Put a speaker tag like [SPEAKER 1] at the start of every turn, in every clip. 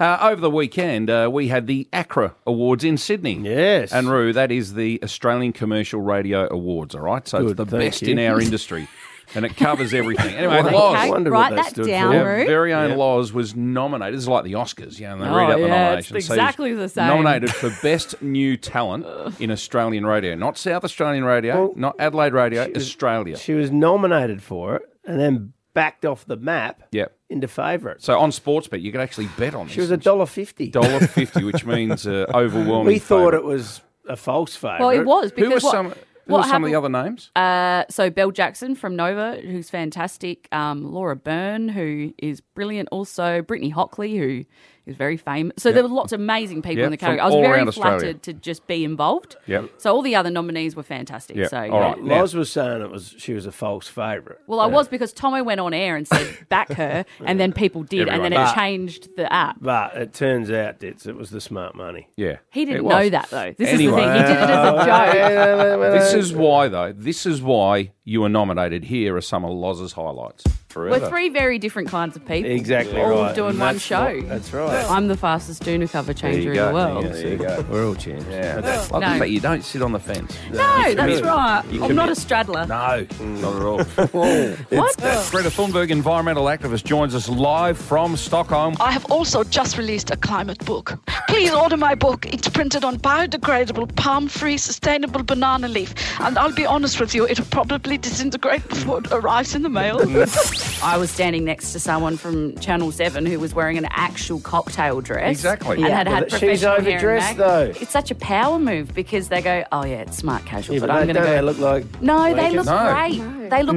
[SPEAKER 1] Uh, over the weekend, uh, we had the ACRA Awards in Sydney.
[SPEAKER 2] Yes.
[SPEAKER 1] And Roo, that is the Australian Commercial Radio Awards, all right? So it's
[SPEAKER 2] Good,
[SPEAKER 1] the
[SPEAKER 2] thank
[SPEAKER 1] best
[SPEAKER 2] you.
[SPEAKER 1] in our industry. And it covers everything. Anyway,
[SPEAKER 2] Wow.
[SPEAKER 1] laws.
[SPEAKER 2] I
[SPEAKER 3] Okay,
[SPEAKER 2] wonder what
[SPEAKER 3] write
[SPEAKER 2] they
[SPEAKER 3] that
[SPEAKER 2] stood
[SPEAKER 3] down,
[SPEAKER 2] for.
[SPEAKER 1] Our
[SPEAKER 3] Roo.
[SPEAKER 1] very own Laws was nominated. This is like the Oscars, yeah. And they
[SPEAKER 3] Oh,
[SPEAKER 1] read out the
[SPEAKER 3] yeah, it's
[SPEAKER 1] nominations. So he's
[SPEAKER 3] exactly the same.
[SPEAKER 1] Nominated for Best New Talent in Australian Radio, not South Australian Radio,
[SPEAKER 2] Well,
[SPEAKER 1] not Adelaide Radio, Australia.
[SPEAKER 2] She was nominated for it and then backed off the map
[SPEAKER 1] Yep.
[SPEAKER 2] into favourite.
[SPEAKER 1] So on Sportsbet, you could actually bet on this.
[SPEAKER 2] She was a dollar fifty.
[SPEAKER 1] dollar fifty, which means uh, overwhelming.
[SPEAKER 2] We thought
[SPEAKER 1] favourite.
[SPEAKER 2] it was a false favourite.
[SPEAKER 3] Well, it was because
[SPEAKER 1] Who were
[SPEAKER 3] what,
[SPEAKER 1] some? Who
[SPEAKER 3] what
[SPEAKER 1] were some of the
[SPEAKER 3] happened-
[SPEAKER 1] other names?
[SPEAKER 3] Uh, so Belle Jackson from Nova, who's fantastic. Um, Laura Byrne, who is brilliant. Also Brittany Hockley, who is very famous. So there were lots of amazing people
[SPEAKER 1] Yep,
[SPEAKER 3] in the category.
[SPEAKER 1] from
[SPEAKER 3] I was
[SPEAKER 1] all
[SPEAKER 3] very
[SPEAKER 1] around Australia.
[SPEAKER 3] flattered to just be involved.
[SPEAKER 1] Yep.
[SPEAKER 3] So all the other nominees were fantastic.
[SPEAKER 1] Yep,
[SPEAKER 3] So
[SPEAKER 1] all
[SPEAKER 3] yeah.
[SPEAKER 1] right. Now-
[SPEAKER 2] Loz was saying it was she was a false favourite.
[SPEAKER 3] Well, I was because Tomo went on air and said back her, and then people did, and then
[SPEAKER 1] Everyone.
[SPEAKER 3] it changed the app.
[SPEAKER 2] But it turns out it's, it was the smart money. Oh,
[SPEAKER 1] yeah,
[SPEAKER 3] He
[SPEAKER 1] it
[SPEAKER 3] didn't
[SPEAKER 1] was.
[SPEAKER 3] know that though. This
[SPEAKER 1] Anyway.
[SPEAKER 3] is the thing. He did it as a joke.
[SPEAKER 1] This is why, though. This is why you were nominated. Here are some of Loz's highlights.
[SPEAKER 3] We're three very different kinds of people.
[SPEAKER 2] Exactly
[SPEAKER 3] all
[SPEAKER 2] right.
[SPEAKER 3] doing
[SPEAKER 2] And
[SPEAKER 3] one
[SPEAKER 2] that's
[SPEAKER 3] show.
[SPEAKER 2] what- that's right.
[SPEAKER 3] I'm the fastest Duna cover changer in
[SPEAKER 1] go.
[SPEAKER 3] the world.
[SPEAKER 1] There you go.
[SPEAKER 2] We're all changed.
[SPEAKER 1] Yeah, that's like the
[SPEAKER 3] No.
[SPEAKER 1] fact you don't sit on the fence.
[SPEAKER 3] No, that's
[SPEAKER 1] committed.
[SPEAKER 3] right.
[SPEAKER 1] You
[SPEAKER 3] I'm not a
[SPEAKER 1] committed.
[SPEAKER 3] straddler.
[SPEAKER 1] No, not at all.
[SPEAKER 3] What?
[SPEAKER 1] Greta Thunberg, environmental activist, joins us live from Stockholm.
[SPEAKER 4] I have also just released a climate book. Please order my book. It's printed on biodegradable, palm free, sustainable banana leaf. And I'll be honest with you, it'll probably disintegrate before it arrives in the mail.
[SPEAKER 3] I was standing next to someone from Channel 7 who was wearing an actual cocktail dress.
[SPEAKER 1] Exactly.
[SPEAKER 3] And
[SPEAKER 1] Yeah,
[SPEAKER 3] had had
[SPEAKER 2] but she's
[SPEAKER 3] professional hair and
[SPEAKER 2] overdressed,
[SPEAKER 3] makeup.
[SPEAKER 2] though.
[SPEAKER 3] It's such a power move because they go, oh, yeah, it's smart casual,
[SPEAKER 2] Yeah,
[SPEAKER 3] but,
[SPEAKER 2] but
[SPEAKER 3] I'm
[SPEAKER 2] they-
[SPEAKER 3] going to
[SPEAKER 2] don't
[SPEAKER 3] go.
[SPEAKER 2] they look like
[SPEAKER 3] no, they
[SPEAKER 2] wankers?
[SPEAKER 3] look
[SPEAKER 1] No.
[SPEAKER 3] great. They look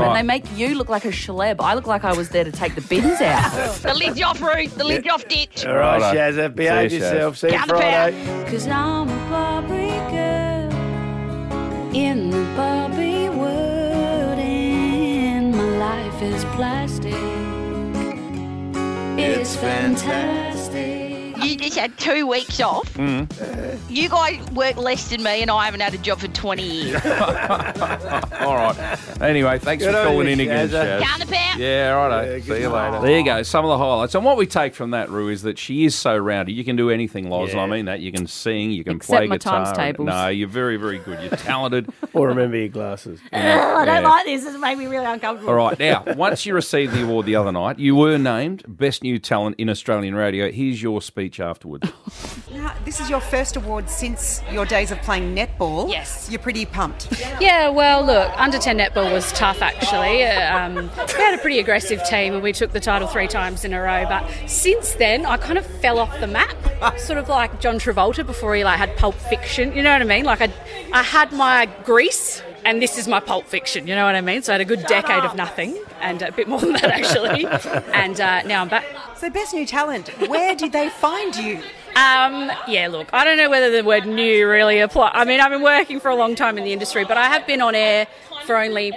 [SPEAKER 1] Mm. Right.
[SPEAKER 3] and they make you look like a schleb. I look like I was there to take the bins out.
[SPEAKER 4] the lid you off, Ruth. The lid you off, ditch.
[SPEAKER 2] All right,
[SPEAKER 1] Righto.
[SPEAKER 2] Shazza, behave
[SPEAKER 1] See you, Shaz.
[SPEAKER 2] yourself. See you
[SPEAKER 4] Down the pan.
[SPEAKER 2] Friday.
[SPEAKER 3] Because I'm a Barbie girl in the Barbie world, and my life is plastic. It's fantastic.
[SPEAKER 4] You just had two weeks off. You guys work less than me, and I haven't had a job for 20 years.
[SPEAKER 1] All right. Anyway, thanks
[SPEAKER 2] Good
[SPEAKER 1] for
[SPEAKER 2] on
[SPEAKER 1] calling
[SPEAKER 2] you,
[SPEAKER 1] in again, Shaz.
[SPEAKER 2] Shazza.
[SPEAKER 4] Down the pan.
[SPEAKER 1] Yeah, righto.
[SPEAKER 2] Yeah, good
[SPEAKER 1] See you
[SPEAKER 2] night.
[SPEAKER 1] later. There you go. Some of the highlights. And what we take from that, Rue, is that she is so rounded. You can do anything, Loz, and I
[SPEAKER 2] Yeah.
[SPEAKER 1] mean that. You can sing, you can
[SPEAKER 3] Except
[SPEAKER 1] play
[SPEAKER 3] my
[SPEAKER 1] guitar.
[SPEAKER 3] times tables.
[SPEAKER 1] No, you're very, very good. You're talented.
[SPEAKER 2] Or remember your glasses.
[SPEAKER 3] I don't
[SPEAKER 1] Yeah.
[SPEAKER 3] like this. This made me really uncomfortable.
[SPEAKER 1] All right. Now, once you received the award the other night, you were named Best New Talent in Australian Radio. Here's your speech afterwards.
[SPEAKER 5] Now, this is your first award since your days of playing netball.
[SPEAKER 6] Yes.
[SPEAKER 5] You're pretty pumped.
[SPEAKER 6] Yeah, well, look, under 10 netball was tough actually. Uh, Um, we had a pretty aggressive team and we took the title three times in a row. But since then, I kind of fell off the map, sort of like John Travolta before he like had Pulp Fiction. You know what I mean? Like I, I had my Grease and this is my Pulp Fiction. You know what I mean? So I had a good decade of nothing and a bit more than that actually. and uh, now I'm back.
[SPEAKER 5] so, best new talent, where did they find you?
[SPEAKER 6] Um, yeah, look, I don't know whether the word new really apply. I mean, I've been working for a long time in the industry, but I have been on air for only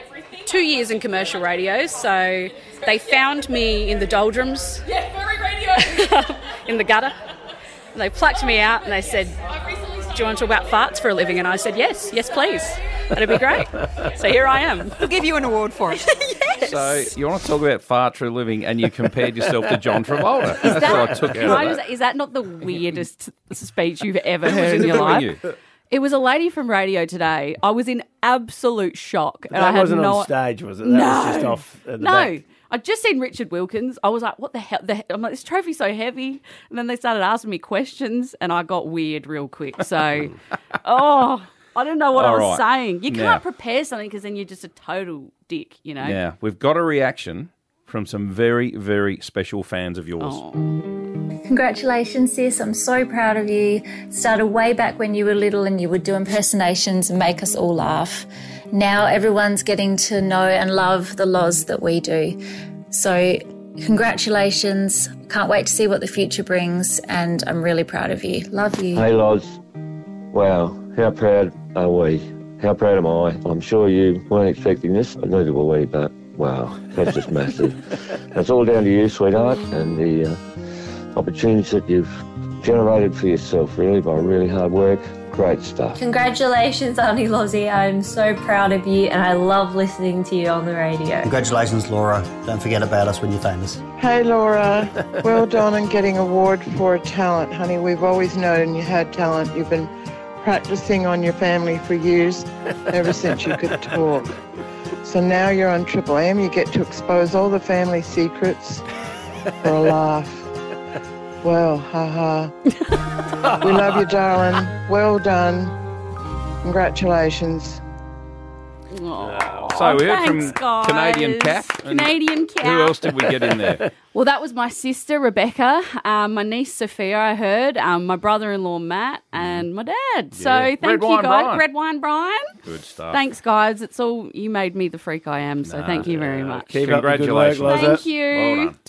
[SPEAKER 6] two years in commercial radio. So they found me in the doldrums. Yeah, radio. in the gutter. And they plucked me out and they said, "Do you want to talk about farts for a living?" And I said, "Yes, yes, please. That'd be great." So here I am.
[SPEAKER 5] We'll give you an award for it.
[SPEAKER 1] so, you want to talk about far true living, and you compared yourself to John Travolta. That's what I took out
[SPEAKER 3] Can
[SPEAKER 1] of
[SPEAKER 3] I
[SPEAKER 1] that.
[SPEAKER 3] just- is that not the weirdest speech you've ever heard
[SPEAKER 1] in
[SPEAKER 3] in
[SPEAKER 1] the
[SPEAKER 3] your life?
[SPEAKER 1] venue?
[SPEAKER 3] It was a lady from radio today. I was in absolute shock. and I
[SPEAKER 2] that
[SPEAKER 3] had
[SPEAKER 2] wasn't
[SPEAKER 3] no
[SPEAKER 2] on stage, was it? That was
[SPEAKER 3] No.
[SPEAKER 2] just off at the
[SPEAKER 3] No.
[SPEAKER 2] back.
[SPEAKER 3] I'd just seen Richard Wilkins. I was like, what the hell? The, he- I'm like, this trophy's so heavy. And then they started asking me questions, and I got weird real quick. So, oh, I didn't know what
[SPEAKER 1] All
[SPEAKER 3] I was
[SPEAKER 1] right.
[SPEAKER 3] saying. You
[SPEAKER 1] Now-
[SPEAKER 3] can't prepare something because then you're just a total dick, you know?
[SPEAKER 1] Yeah, we've got a reaction from some very, very special fans of yours.
[SPEAKER 3] Oh.
[SPEAKER 7] Congratulations, sis. I'm so proud of you. Started way back when you were little and you would do impersonations and make us all laugh. Now everyone's getting to know and love the laws that we do. So, congratulations. Can't wait to see what the future brings and I'm really proud of you. Love you.
[SPEAKER 8] Hey Loz, wow, how proud are we? How proud am I? I'm sure you weren't expecting this, neither were we, but wow, that's just massive. It's all down to you, sweetheart, and the uh, opportunities that you've generated for yourself, really, by really hard work, Great stuff.
[SPEAKER 7] Congratulations, Auntie Lozzie. I'm so proud of you and I love listening to you on the radio.
[SPEAKER 9] Congratulations, Laura. Don't forget about us when you're famous.
[SPEAKER 10] Hey, Laura. well done on getting award for talent, honey. We've always known you had talent. You've been practicing on your family for years, ever since you could talk. So now you're on Triple M. You get to expose all the family secrets for a laugh. Well, haha. we love you, darling. Well done. Congratulations.
[SPEAKER 1] So we heard
[SPEAKER 3] Thanks,
[SPEAKER 1] from
[SPEAKER 3] guys.
[SPEAKER 1] Canadian Cat. and
[SPEAKER 3] Canadian Cat.
[SPEAKER 1] Who else did we get in there?
[SPEAKER 3] Well, that was my sister Rebecca, um, my niece Sophia. I heard um, my brother-in-law Matt and my dad.
[SPEAKER 1] Mm.
[SPEAKER 3] So
[SPEAKER 1] Yeah.
[SPEAKER 3] thank
[SPEAKER 1] Red
[SPEAKER 3] you
[SPEAKER 1] wine
[SPEAKER 3] guys.
[SPEAKER 1] Brian.
[SPEAKER 3] Red wine, Brian.
[SPEAKER 1] Good stuff.
[SPEAKER 3] Thanks, guys. It's all you made me the freak I am. So thank you very much.
[SPEAKER 1] Uh,
[SPEAKER 2] Keep up the good work,
[SPEAKER 1] Congratulations.
[SPEAKER 2] Loz.
[SPEAKER 3] Thank
[SPEAKER 2] it.
[SPEAKER 3] you.
[SPEAKER 1] Well done.